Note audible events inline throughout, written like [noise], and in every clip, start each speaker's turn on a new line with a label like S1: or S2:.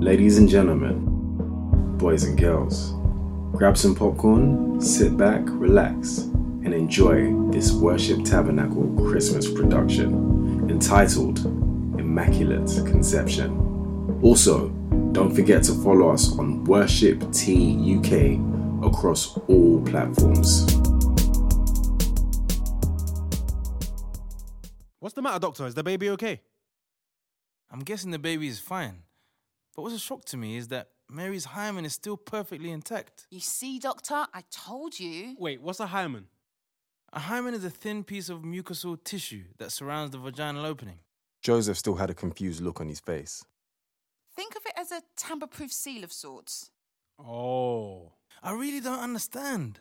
S1: Ladies and gentlemen, boys and girls, grab some popcorn, sit back, relax, and enjoy this Worship Tabernacle Christmas production entitled Immaculate Conception. Also, don't forget to follow us on Worship T UK across all platforms.
S2: What's the matter, doctor? Is the baby okay?
S3: I'm guessing the baby is fine. But what's a shock to me is that Mary's hymen is still perfectly intact.
S4: You see, Doctor, I told you.
S2: Wait, what's a hymen?
S3: A hymen is a thin piece of mucosal tissue that surrounds the vaginal opening.
S5: Joseph still had a confused look on his face.
S4: Think of it as a tamper proof seal of sorts.
S2: Oh.
S3: I really don't understand.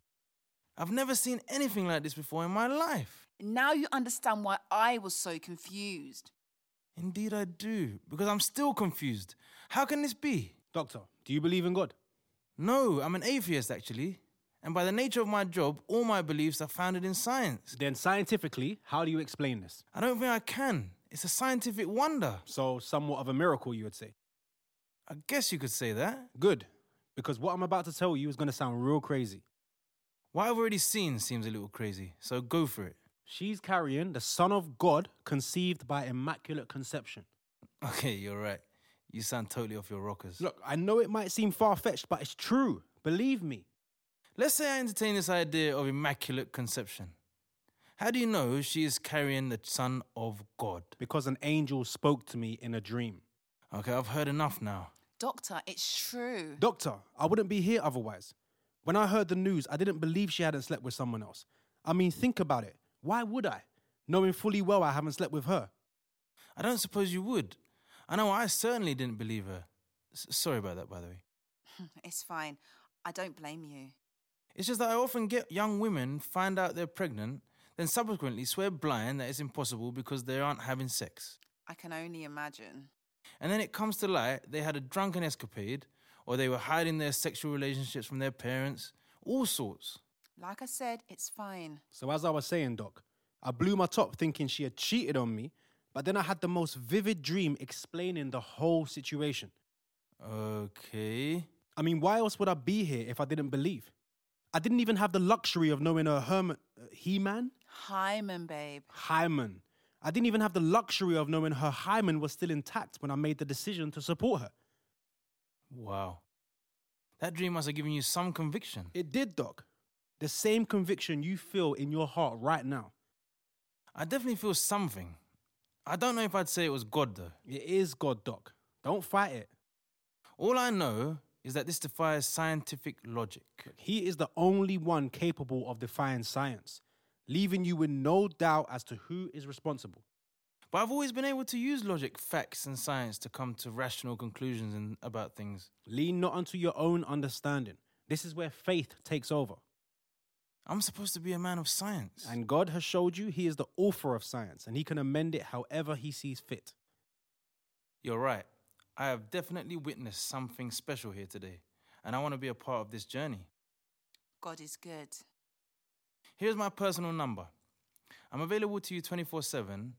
S3: I've never seen anything like this before in my life.
S4: Now you understand why I was so confused.
S3: Indeed, I do, because I'm still confused. How can this be?
S2: Doctor, do you believe in God?
S3: No, I'm an atheist, actually. And by the nature of my job, all my beliefs are founded in science.
S2: Then, scientifically, how do you explain this?
S3: I don't think I can. It's a scientific wonder.
S2: So, somewhat of a miracle, you would say.
S3: I guess you could say that.
S2: Good, because what I'm about to tell you is going to sound real crazy.
S3: What I've already seen seems a little crazy, so go for it. [laughs]
S2: She's carrying the Son of God conceived by Immaculate Conception.
S3: Okay, you're right. You sound totally off your rockers.
S2: Look, I know it might seem far fetched, but it's true. Believe me.
S3: Let's say I entertain this idea of Immaculate Conception. How do you know she is carrying the Son of God?
S2: Because an angel spoke to me in a dream.
S3: Okay, I've heard enough now.
S4: Doctor, it's true.
S2: Doctor, I wouldn't be here otherwise. When I heard the news, I didn't believe she hadn't slept with someone else. I mean, think about it. Why would I? Knowing fully well I haven't slept with her.
S3: I don't suppose you would. I know I certainly didn't believe her. S- sorry about that, by the way.
S4: [laughs] it's fine. I don't blame you.
S3: It's just that I often get young women find out they're pregnant, then subsequently swear blind that it's impossible because they aren't having sex.
S4: I can only imagine.
S3: And then it comes to light they had a drunken escapade, or they were hiding their sexual relationships from their parents, all sorts.
S4: Like I said, it's fine.
S2: So, as I was saying, Doc, I blew my top thinking she had cheated on me, but then I had the most vivid dream explaining the whole situation.
S3: Okay.
S2: I mean, why else would I be here if I didn't believe? I didn't even have the luxury of knowing her uh, Herman, He Man?
S4: Hymen, babe.
S2: Hyman. I didn't even have the luxury of knowing her hymen was still intact when I made the decision to support her.
S3: Wow. That dream must have given you some conviction.
S2: It did, Doc. The same conviction you feel in your heart right now.
S3: I definitely feel something. I don't know if I'd say it was God, though.
S2: It is God, Doc. Don't fight it.
S3: All I know is that this defies scientific logic.
S2: He is the only one capable of defying science, leaving you with no doubt as to who is responsible.
S3: But I've always been able to use logic, facts, and science to come to rational conclusions in, about things.
S2: Lean not unto your own understanding. This is where faith takes over.
S3: I'm supposed to be a man of science.
S2: And God has showed you He is the author of science and He can amend it however He sees fit.
S3: You're right. I have definitely witnessed something special here today, and I want to be a part of this journey.
S4: God is good.
S3: Here's my personal number. I'm available to you 24 7,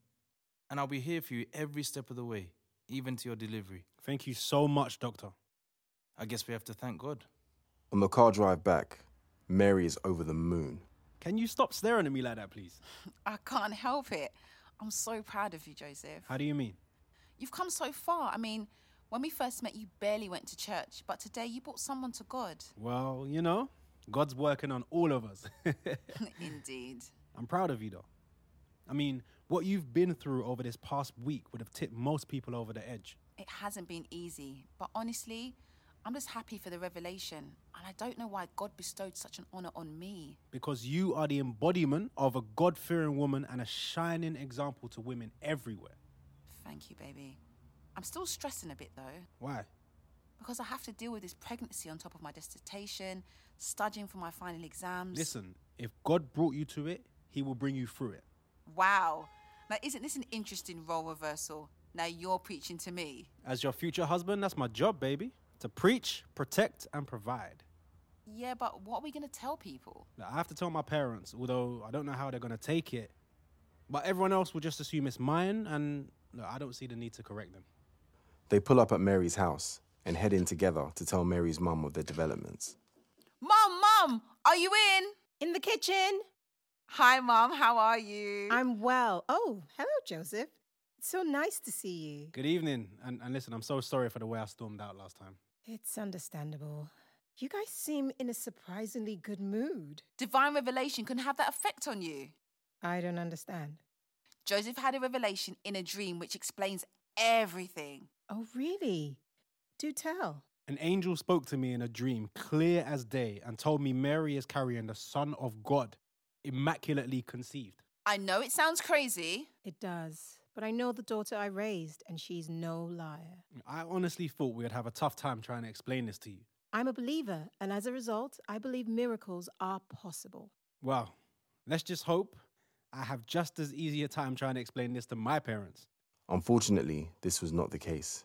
S3: and I'll be here for you every step of the way, even to your delivery.
S2: Thank you so much, Doctor.
S3: I guess we have to thank God.
S5: On the car drive back, Mary is over the moon.
S2: Can you stop staring at me like that, please?
S4: I can't help it. I'm so proud of you, Joseph.
S2: How do you mean?
S4: You've come so far. I mean, when we first met, you barely went to church, but today you brought someone to God.
S2: Well, you know, God's working on all of us.
S4: [laughs]
S2: [laughs]
S4: Indeed.
S2: I'm proud of you, though. I mean, what you've been through over this past week would have tipped most people over the edge.
S4: It hasn't been easy, but honestly, I'm just happy for the revelation, and I don't know why God bestowed such an honor on me.
S2: because you are the embodiment of a God fearing woman and a shining example to women everywhere.
S4: Thank you, baby. I'm still stressing a bit though,
S2: Why?
S4: because I have to deal with this pregnancy on top of my dissertation, studying for my final exams.
S2: Listen, if God brought you to it, He will bring you through it.
S4: Wow. Now, isn't this an interesting role reversal? Now you're preaching to me.
S2: As your future husband, that's my job, baby to preach, protect, and provide.
S4: Yeah, but what are we going to tell people?
S2: Like, I have to tell my parents, although I don't know how they're going to take it. But everyone else will just assume it's mine, and no, I don't see the need to correct them.
S5: They pull up at Mary's house and head in together to tell Mary's mum of their developments.
S4: Mum, mum, are you in?
S6: In the kitchen.
S4: Hi, mum, how are you?
S6: I'm well. Oh, hello, Joseph. It's so nice to see you.
S2: Good evening. And, and listen, I'm so sorry for the way I stormed out last time.
S6: It's understandable. You guys seem in a surprisingly good mood.
S4: Divine revelation can have that effect on you.
S6: I don't understand.
S4: Joseph had a revelation in a dream which explains everything.
S6: Oh, really? Do tell.
S2: An angel spoke to me in a dream, clear as day, and told me Mary is carrying the Son of God, immaculately conceived.
S4: I know it sounds crazy.
S6: It does. But I know the daughter I raised, and she's no liar.
S2: I honestly thought we'd have a tough time trying to explain this to you.
S6: I'm a believer, and as a result, I believe miracles are possible.
S2: Well, let's just hope I have just as easy a time trying to explain this to my parents.
S5: Unfortunately, this was not the case.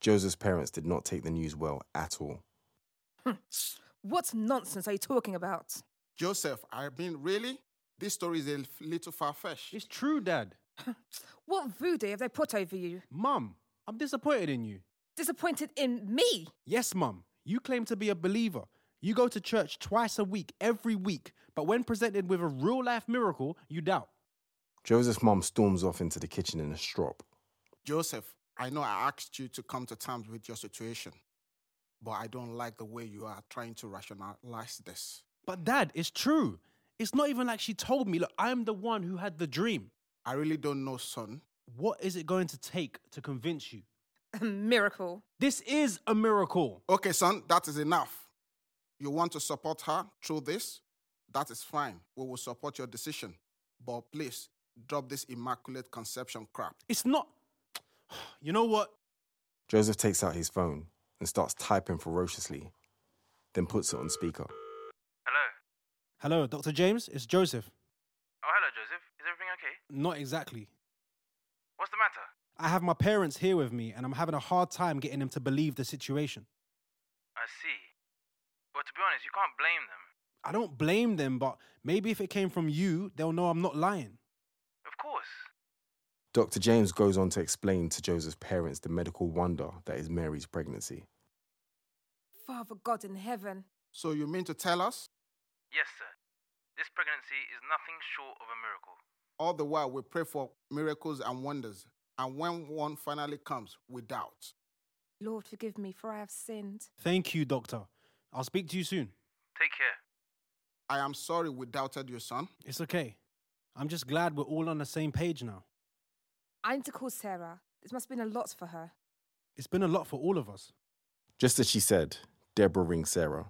S5: Joseph's parents did not take the news well at all.
S7: What nonsense are you talking about?
S8: Joseph, I mean, really? This story is a little far fetched.
S2: It's true, Dad.
S7: What voodoo have they put over you?
S2: Mum, I'm disappointed in you.
S7: Disappointed in me?
S2: Yes, Mum, you claim to be a believer. You go to church twice a week, every week, but when presented with a real life miracle, you doubt.
S5: Joseph's mum storms off into the kitchen in a strop.
S8: Joseph, I know I asked you to come to terms with your situation, but I don't like the way you are trying to rationalize this.
S2: But, Dad, it's true. It's not even like she told me, look, I'm the one who had the dream.
S8: I really don't know, son.
S2: What is it going to take to convince you?
S7: A miracle.
S2: This is a miracle.
S8: Okay, son, that is enough. You want to support her through this? That is fine. We will support your decision. But please, drop this immaculate conception crap.
S2: It's not. [sighs] You know what?
S5: Joseph takes out his phone and starts typing ferociously, then puts it on speaker.
S9: Hello.
S2: Hello, Dr. James, it's Joseph.
S9: Oh, hello, Joseph. Is everything okay?
S2: Not exactly.
S9: What's the matter?
S2: I have my parents here with me, and I'm having a hard time getting them to believe the situation.
S9: I see. Well, to be honest, you can't blame them.
S2: I don't blame them, but maybe if it came from you, they'll know I'm not lying.
S9: Of course.
S5: Dr. James goes on to explain to Joseph's parents the medical wonder that is Mary's pregnancy.
S7: Father God in heaven.
S8: So you mean to tell us?
S9: Yes, sir. This pregnancy is nothing short of a miracle.
S8: All the while we pray for miracles and wonders, and when one finally comes, we doubt.
S7: Lord, forgive me, for I have sinned.
S2: Thank you, Doctor. I'll speak to you soon.
S9: Take care.
S8: I am sorry we doubted you, son.
S2: It's okay. I'm just glad we're all on the same page now.
S7: I need to call Sarah. This must have been a lot for her.
S2: It's been a lot for all of us.
S5: Just as she said, Deborah rings Sarah.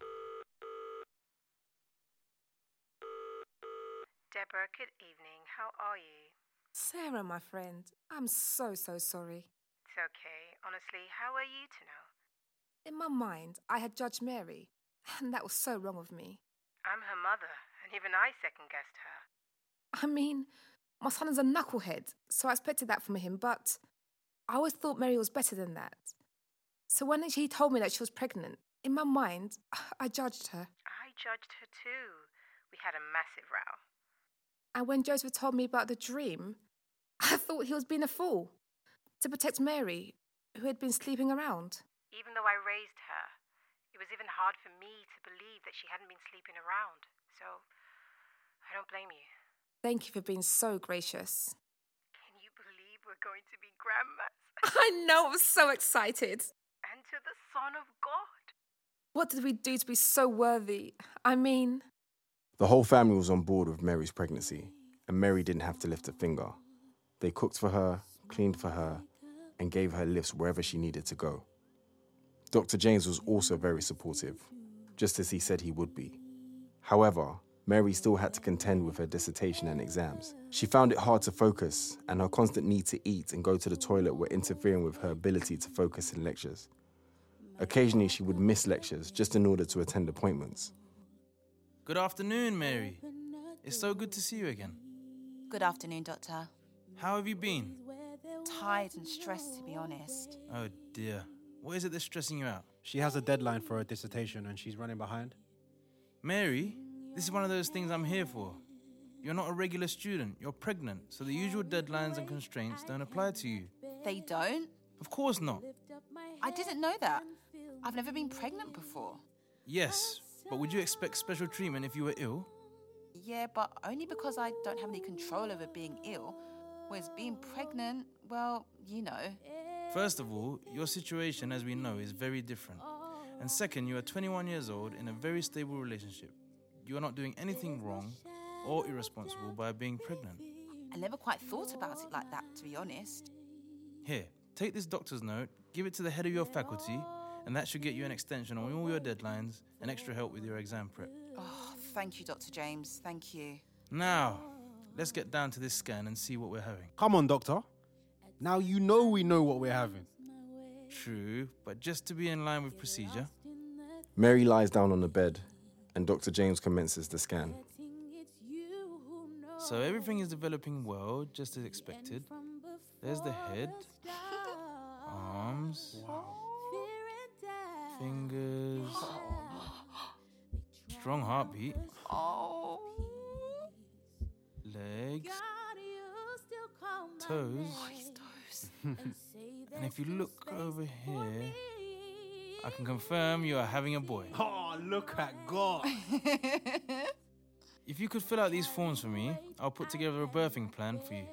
S10: Deborah, good evening. How are you?
S7: Sarah, my friend, I'm so, so sorry.
S10: It's okay. Honestly, how are you to know?
S7: In my mind, I had judged Mary, and that was so wrong of me.
S10: I'm her mother, and even I second guessed her.
S7: I mean, my son is a knucklehead, so I expected that from him, but I always thought Mary was better than that. So when she told me that she was pregnant, in my mind, [sighs] I judged her.
S10: I judged her too. We had a massive row.
S7: And when Joseph told me about the dream, [laughs] I thought he was being a fool to protect Mary, who had been sleeping around.
S10: Even though I raised her, it was even hard for me to believe that she hadn't been sleeping around. So I don't blame you.
S7: Thank you for being so gracious. [laughs]
S10: Can you believe we're going to be grandmas? [laughs]
S7: I know, I'm so excited.
S10: and to the Son of God.
S7: What did we do to be so worthy? I mean,
S5: The whole family was on board with Mary's pregnancy, and Mary didn't have to lift a finger. They cooked for her, cleaned for her, and gave her lifts wherever she needed to go. Dr. James was also very supportive, just as he said he would be. However, Mary still had to contend with her dissertation and exams. She found it hard to focus, and her constant need to eat and go to the toilet were interfering with her ability to focus in lectures. Occasionally, she would miss lectures just in order to attend appointments.
S3: Good afternoon, Mary. It's so good to see you again.
S4: Good afternoon, Doctor.
S3: How have you been?
S4: Tired and stressed, to be honest.
S3: Oh dear. What is it that's stressing you out?
S2: She has a deadline for her dissertation and she's running behind.
S3: Mary, this is one of those things I'm here for. You're not a regular student, you're pregnant, so the usual deadlines and constraints don't apply to you.
S4: They don't?
S3: Of course not.
S4: I didn't know that. I've never been pregnant before.
S3: Yes, but would you expect special treatment if you were ill?
S4: Yeah, but only because I don't have any control over being ill. Whereas being pregnant, well, you know.
S3: First of all, your situation, as we know, is very different. And second, you are 21 years old in a very stable relationship. You are not doing anything wrong or irresponsible by being pregnant.
S4: I never quite thought about it like that, to be honest.
S3: Here, take this doctor's note, give it to the head of your faculty, and that should get you an extension on all your deadlines and extra help with your exam prep.
S4: Oh, thank you, Dr. James. Thank you. [laughs]
S3: Now, let's get down to this scan and see what we're having.
S2: Come on, doctor. Now you know we know what we're having.
S3: True, but just to be in line with procedure.
S5: Mary lies down on the bed, and Dr. James commences the scan.
S3: So everything is developing well, just as expected. There's the head, arms, fingers, strong heartbeat,
S4: Oh,
S3: legs, toes. [laughs] and if you look over here, I can confirm you are having a boy.
S2: Oh, look at God.
S3: If you could fill out these forms for me, I'll put together a birthing plan for you.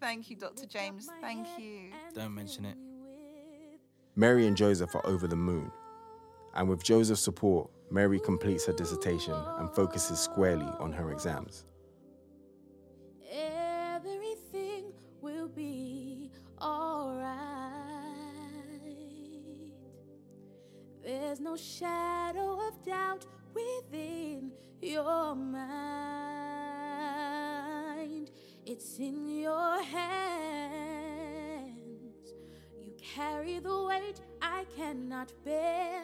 S4: thank you, Dr. James. Thank you.
S3: Don't mention it.
S5: Mary and Joseph are over the moon. And with Joseph's support, Mary completes her dissertation and focuses squarely on her exams.
S11: Everything will be alright. There's no shadow of doubt within your mind. It's in your hands. You carry the weight I cannot bear.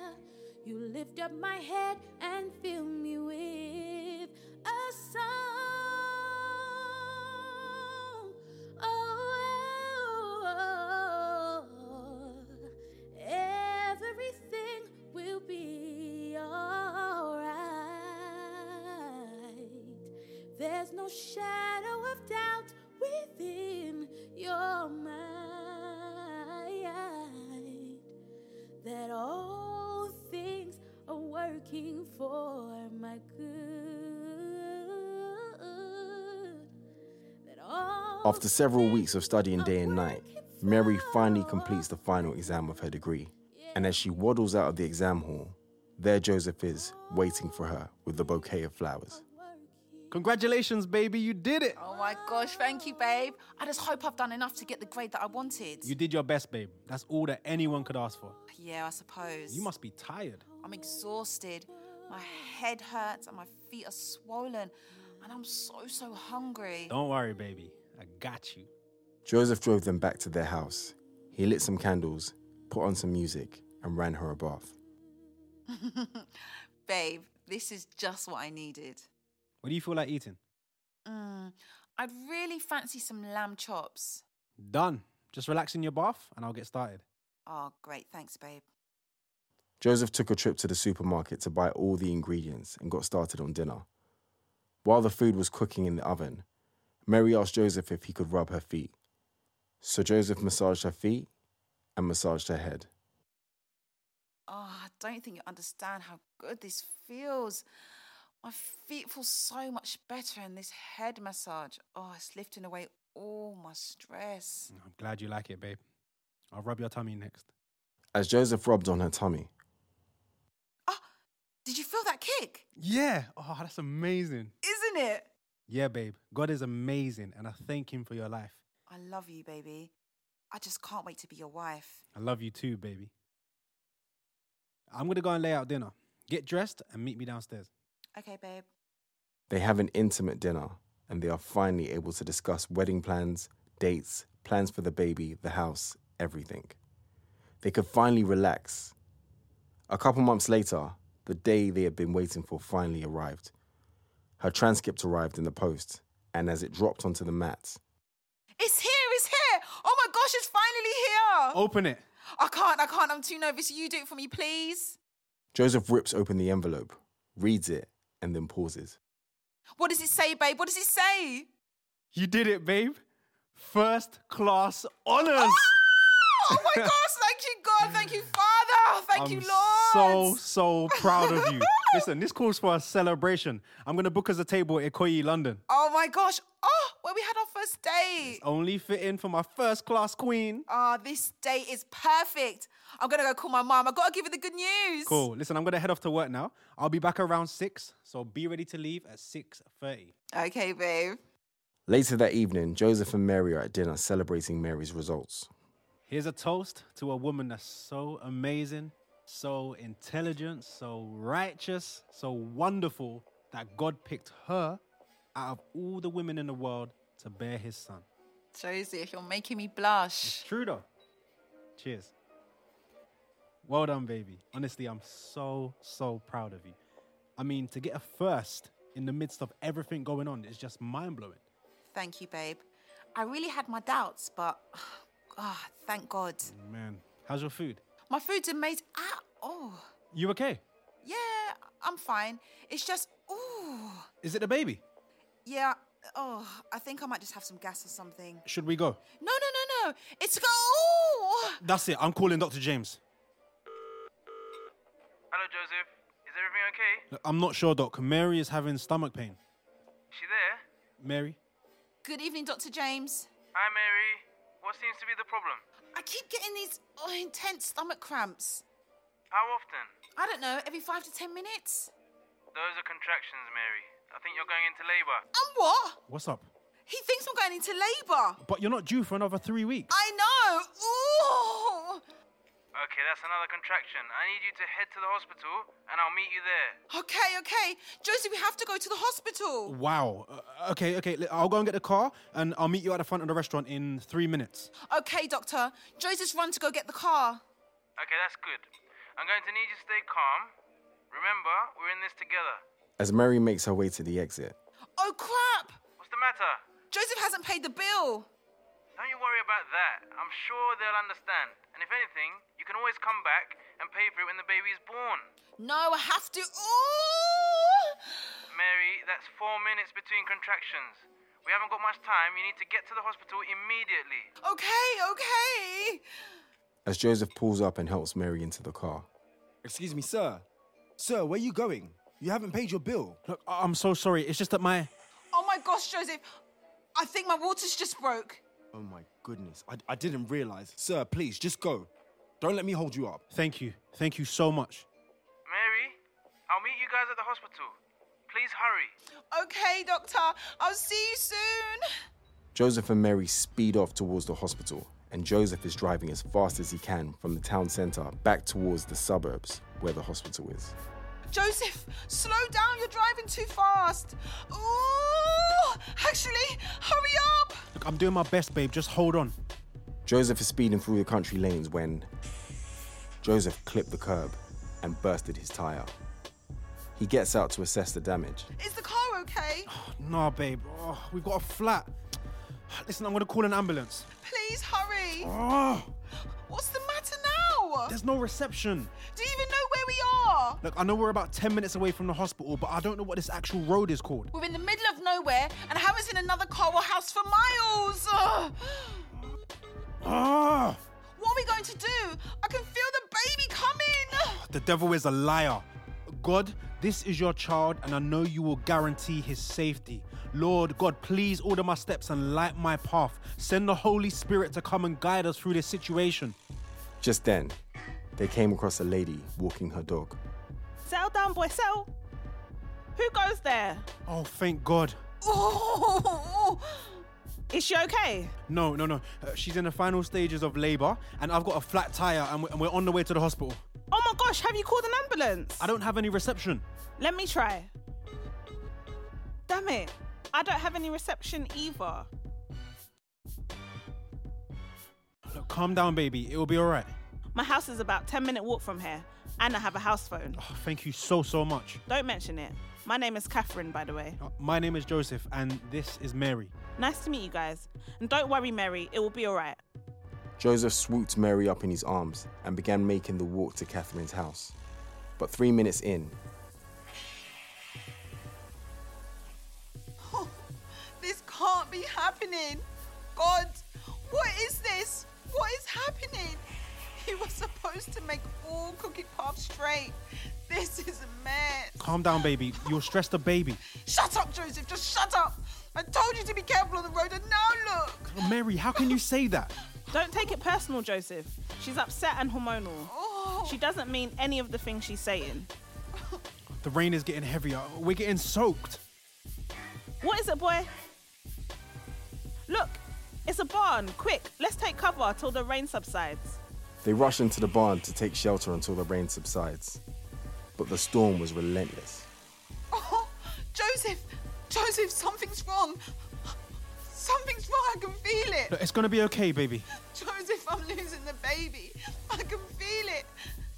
S11: You lift up my head and fill me with a song. Oh, everything will be alright. There's no shadow of doubt within your mind that all things are working for my good. That all
S5: After several weeks of studying day and night, Mary finally completes the final exam of her degree. And as she waddles out of the exam hall, there Joseph is, waiting for her with the bouquet of flowers.
S2: Congratulations, baby. You did it.
S4: Oh my gosh, thank you, babe. I just hope I've done enough to get the grade that I wanted.
S2: You did your best, babe. That's all that anyone could ask for.
S4: Yeah, I suppose.
S2: You must be tired.
S4: I'm exhausted. My head hurts and my feet are swollen. And I'm so, so hungry.
S2: Don't worry, baby. I got you.
S5: Joseph drove them back to their house. He lit some candles, put on some music, and ran her a bath.
S4: [laughs] Babe, this is just what I needed.
S2: What do you feel like eating?
S4: Mm, I'd really fancy some lamb chops.
S2: Done. Just relax in your bath and I'll get started.
S4: Oh, great. Thanks, babe.
S5: Joseph took a trip to the supermarket to buy all the ingredients and got started on dinner. While the food was cooking in the oven, Mary asked Joseph if he could rub her feet. So Joseph massaged her feet and massaged her head.
S4: Oh, I don't think you understand how good this feels. My feet feel so much better in this head massage. Oh, it's lifting away all my stress.
S2: I'm glad you like it, babe. I'll rub your tummy next.
S5: As Joseph rubbed on her tummy,
S4: Ah, Did you feel that kick?
S2: Yeah. Oh, that's amazing.
S4: Isn't it?
S2: Yeah, babe. God is amazing and I thank him for your life.
S4: I love you, baby. I just can't wait to be your wife.
S2: I love you too, baby. I'm going to go and lay out dinner. Get dressed and meet me downstairs.
S4: Okay, babe.
S5: they have an intimate dinner and they are finally able to discuss wedding plans, dates, plans for the baby, the house, everything. They could finally relax. A couple months later, the day they had been waiting for finally arrived. Her transcript arrived in the post, and as it dropped onto the mat,
S4: It's here, it's here. Oh my gosh, it's finally here.
S2: Open it.
S4: I can't, I can't. I'm too nervous. You do it for me, please.
S5: Joseph rips open the envelope, reads it, and then pauses.
S4: What does it say, babe? What does it say?
S2: You did it, babe. First class honors.
S4: Ah, Oh my gosh, thank you, God. Thank you, Father. Thank you,
S2: so,
S4: Lord.
S2: so proud of
S4: [laughs]
S2: you. Listen, this calls for a celebration. I'm going to book us a table at Ikoyi, London.
S4: oh my gosh. Oh, where we had our first date.
S2: Only fit in for my first class queen.
S4: Ah, this date is perfect. I'm gonna go call my mom. I gotta give her the good news.
S2: Cool. Listen, I'm going to head off to work now. I'll be back around 6, so be ready to leave at 6.30.
S4: Okay, babe.
S5: Later that evening, Joseph and Mary are at dinner celebrating Mary's results.
S2: Here's a toast to a woman that's so amazing, so intelligent, so righteous, so wonderful that God picked her out of all the women in the world to bear his son.
S4: Joseph, you're making me blush.
S2: True though. Cheers. Well done, baby. Honestly, I'm so, so proud of you. I mean, to get a first in the midst of everything going on is just mind blowing.
S4: Thank you, babe. I really had my doubts, but [sighs] ah, thank God.
S2: Man, how's your food?
S4: My food's amazing. Ah, oh,
S2: You okay?
S4: yeah, I'm fine. It's just, ooh,
S2: Is it the baby?
S4: yeah. Oh, I think I might just have some gas or something.
S2: Should we go?
S4: No, no, no, no. It's go. Ooh.
S2: That's it. I'm calling Dr. James.
S9: Hello, Joseph. Is everything okay?
S2: Look, I'm not sure, Doc. Mary is having stomach pain.
S9: Is she there?
S2: Mary?
S4: Good evening, Dr. James.
S9: Hi, Mary. What seems to be the problem?
S4: I keep getting these oh, intense stomach cramps.
S9: How often?
S4: I don't know, every five to ten minutes.
S9: Those are contractions, Mary. I think you're going into labor.
S4: And what?
S2: What's up?
S4: He thinks I'm going into labour.
S2: But you're not due for another three weeks.
S4: I know. Ooh.
S9: Okay, that's another contraction. I need you to head to the hospital and I'll meet you there.
S4: Okay, okay. Josie, we have to go to the hospital.
S2: Wow. Uh, okay, okay. li- I'll go and get the car and I'll meet you at the front of the restaurant in three minutes.
S4: Okay, Doctor. Josie's run to go get the car.
S9: Okay, that's good. I'm going to need you to stay calm. Remember, we're in this together.
S5: As Mary makes her way to the exit,
S4: Oh, crap.
S9: What's the matter?
S4: Joseph hasn't paid the bill.
S9: Don't you worry about that. I'm sure they'll understand. And if anything, you can always come back and pay for it when the baby is born.
S4: No, I have to. Ooh.
S9: Mary, that's four minutes between contractions. We haven't got much time. You need to get to the hospital immediately.
S4: Okay, okay.
S5: as Joseph pulls up and helps Mary into the car,
S12: Excuse me, sir. Sir, where are you going? You haven't paid your bill.
S2: Look, I- I'm so sorry. It's just that my.
S4: Oh my gosh, Joseph. I think my water's just broke.
S12: Oh my goodness, I, I didn't realize. Sir, please, just go. Don't let me hold you up.
S2: Thank you. Thank you so much.
S9: Mary, I'll meet you guys at the hospital. Please hurry.
S4: Okay, Doctor. I'll see you soon.
S5: Joseph and Mary speed off towards the hospital, and Joseph is driving as fast as he can from the town centre back towards the suburbs where the hospital is.
S4: Joseph, slow down. You're driving too fast. Ooh. Actually, hurry up.
S2: Look, I'm doing my best, babe. Just hold on.
S5: Joseph is speeding through the country lanes when Joseph clipped the curb and bursted his tyre. He gets out to assess the damage.
S4: Is the car okay?
S2: Nah, babe. Oh, we've got a flat. Listen, I'm going to call an ambulance.
S4: Please hurry.
S2: Oh,
S4: What's the matter now?
S2: there's no reception.
S4: Do you even know where we are?
S2: Look, I know we're about 10 minutes away from the hospital, but I don't know what this actual road is called.
S4: We're in the middle of nowhere and I haven't seen another car or house for miles. [sighs] Ugh.
S2: Ah!
S4: What are we going to do? I can feel the baby coming.
S2: The devil is a liar. God, this is your child, and I know you will guarantee his safety. Lord God, please order my steps and light my path. Send the Holy Spirit to come and guide us through this situation.
S5: Just then, they came across a lady walking her dog.
S13: Sell down, boy, sell. Who goes
S4: [laughs]
S13: there?
S2: Oh, thank God.
S4: Oh,
S13: Is she okay?
S2: No, no, no. Uh, she's in the final stages of labor, and I've got a flat tire, and we're, and we're on the way to the hospital.
S13: Oh my gosh, have you called an ambulance?
S2: I don't have any reception.
S13: Let me try. Damn it. I don't have any reception either.
S2: Look, calm down, baby. It will be all right.
S13: My house is about 10 minute walk from here, and I have a house phone.
S2: Oh, thank you so, so much.
S13: Don't mention it. My name is Catherine, by the way.
S2: Uh, My name is Joseph, and this is Mary.
S13: Nice to meet you guys. And don't worry, Mary, it will be alright.
S5: Joseph swooped Mary up in his arms and began making the walk to Catherine's house. But three minutes in,
S4: this can't be
S13: [laughs]
S4: happening. God, what is this? What is happening?
S13: You were supposed to make all cookie paths straight. This is mad.
S2: Calm down, baby. You'll stress the baby.
S13: Shut up, Joseph. Just shut up. I told you to be careful on the road, and now look.
S2: Mary, how can you say that?
S13: Don't take it personal, Joseph. She's upset and hormonal. She doesn't mean any of the things she's saying.
S2: The rain is getting heavier. We're getting soaked.
S13: What is it, boy? Look, it's a barn. Quick, let's take cover till the rain subsides.
S5: They rush into the barn to take shelter until the rain subsides. But the storm was relentless.
S13: [laughs] Oh, Joseph! Joseph, something's wrong. Something's wrong. I can feel it.
S2: Look, it's gonna be okay, baby.
S13: Joseph, I'm losing the baby. I can feel it.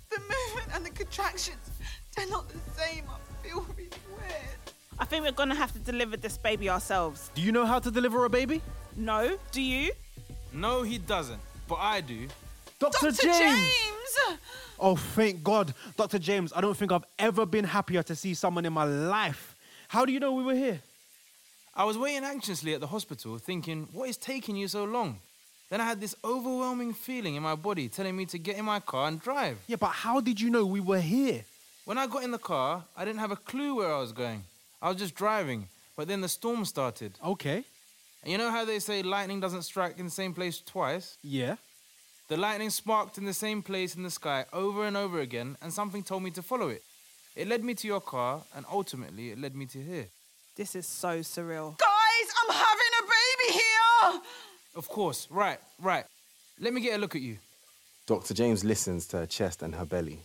S13: The movement and the contractions, they're not the same. I feel really weird. I think we're going to have to deliver this baby ourselves.
S2: Do you know how to deliver a baby?
S13: No, do you?
S3: No, he doesn't, but I do.
S2: Dr.
S13: Dr.
S2: James!
S13: James!
S2: Oh, thank God. Dr. James, I don't think I've ever been happier to see someone in my life. How do you know we were here?
S3: I was waiting anxiously at the hospital, thinking, what is taking you so long? Then I had this overwhelming feeling in my body telling me to get in my car and drive.
S2: Yeah, but how did you know we were here?
S3: When I got in the car, I didn't have a clue where I was going. I was just driving, but then the storm started.
S2: Okay.
S3: And you know how they say lightning doesn't strike in the same place twice?
S2: Yeah.
S3: The lightning sparked in the same place in the sky over and over again, and something told me to follow it. It led me to your car, and ultimately, it led me to here.
S13: This is so surreal.
S4: Guys, I'm having a baby here!
S3: Of course, right, right. Let me get a look at you.
S5: Dr. James listens to her chest and her belly.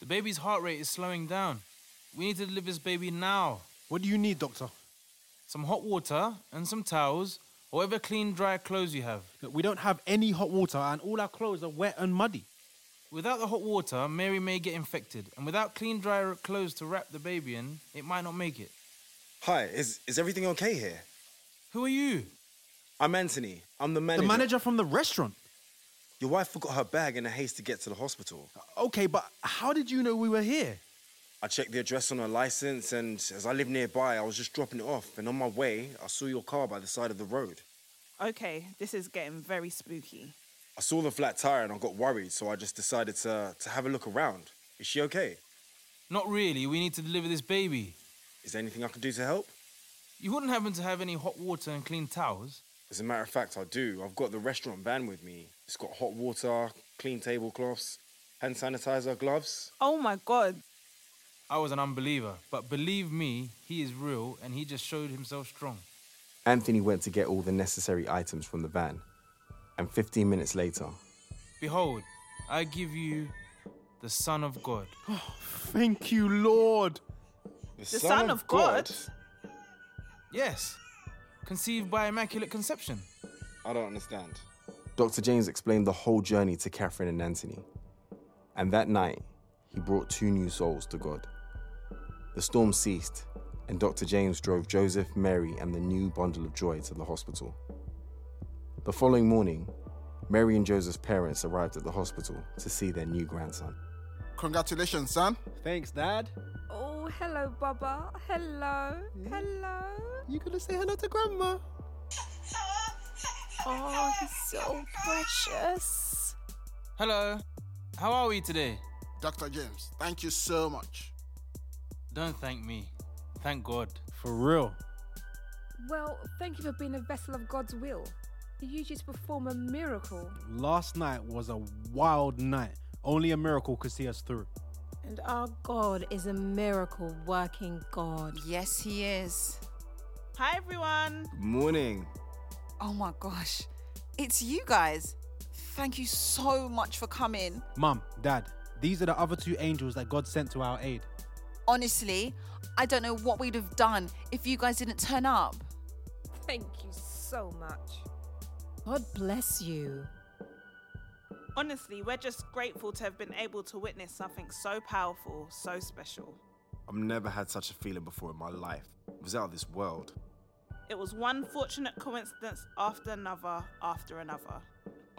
S3: The baby's heart rate is slowing down. We need to deliver this baby now.
S2: What do you need, Doctor?
S3: Some hot water and some towels, or whatever clean, dry clothes you have.
S2: Look, we don't have any hot water, and all our clothes are wet and muddy.
S3: Without the hot water, Mary may get infected, and without clean, dry clothes to wrap the baby in, it might not make it.
S12: Hi, is, is everything okay here?
S3: Who are you?
S12: I'm Anthony. I'm the manager.
S2: The manager from the restaurant.
S12: Your wife forgot her bag in a haste to get to the hospital.
S2: Okay, but how did you know we were here?
S12: I checked the address on her license, and as I live nearby, I was just dropping it off. And on my way, I saw your car by the side of the road.
S13: Okay, this is getting very spooky.
S12: I saw the flat tire and I got worried, so I just decided to, to have a look around. Is she okay?
S3: Not really. We need to deliver this baby.
S12: Is there anything I can do to help?
S3: You wouldn't happen to have any hot water and clean towels?
S12: As a matter of fact, I do. I've got the restaurant van with me. It's got hot water, clean tablecloths, hand sanitizer, gloves.
S13: Oh my god,
S3: I was an unbeliever, but believe me, he is real and he just showed himself strong.
S5: Anthony went to get all the necessary items from the van. And 15 minutes later,
S3: Behold, I give you the Son of God.
S2: Thank you, Lord.
S12: The,
S13: Son of God?
S3: Yes, conceived by Immaculate Conception.
S12: I don't understand.
S5: Dr. James explained the whole journey to Catherine and Anthony. And that night, he brought two new souls to God. The storm ceased, and Dr. James drove Joseph, Mary, and the new bundle of joy to the hospital. The following morning, Mary and Joseph's parents arrived at the hospital to see their new grandson.
S8: Congratulations, son.
S2: Thanks, Dad.
S7: Oh, hello, Baba. Hello.
S11: Hmm?
S7: Hello.
S2: You gonna say hello to Grandma?
S7: Oh, he's so precious.
S3: Hello, how are we today?
S8: Dr. James, thank you so much.
S3: Don't thank me. Thank God.
S2: For real.
S7: Well, thank you for being a vessel of God's will. You used you to perform a miracle.
S2: Last night was a wild night. Only a miracle could see us through.
S14: And our God is a miracle working God.
S4: Yes, he is.
S13: Hi, everyone.
S12: Morning.
S4: Oh my gosh. It's you guys. Thank you so much for coming.
S2: Mum, Dad, these are the other two angels that God sent to our aid.
S4: Honestly, I don't know what we'd have done if you guys didn't turn up.
S7: Thank you so much.
S14: God bless you.
S13: Honestly, we're just grateful to have been able to witness something so powerful, so special.
S5: I've never had such a feeling before in my life. It was out of this world.
S13: It was one fortunate coincidence after another, after another.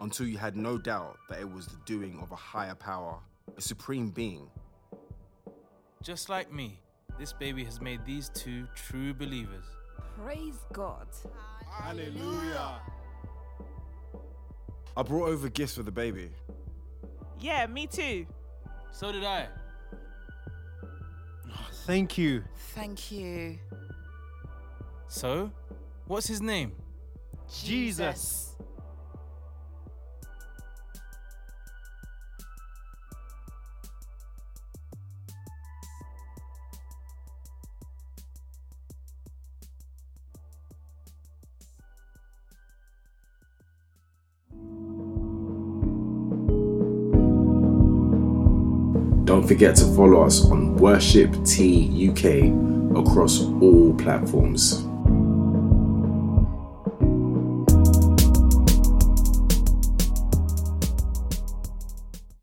S5: Until you had no doubt that it was the doing of a higher power, a supreme being.
S3: Just like me, this baby has made these two true believers.
S7: Praise God.
S8: Hallelujah.
S5: I brought over gifts for the baby.
S13: Yeah, me too.
S15: So did I.
S3: Thank you.
S4: Thank you.
S15: So? What's his name?
S3: Jesus.
S5: Don't forget to follow us on Worship T UK across all platforms.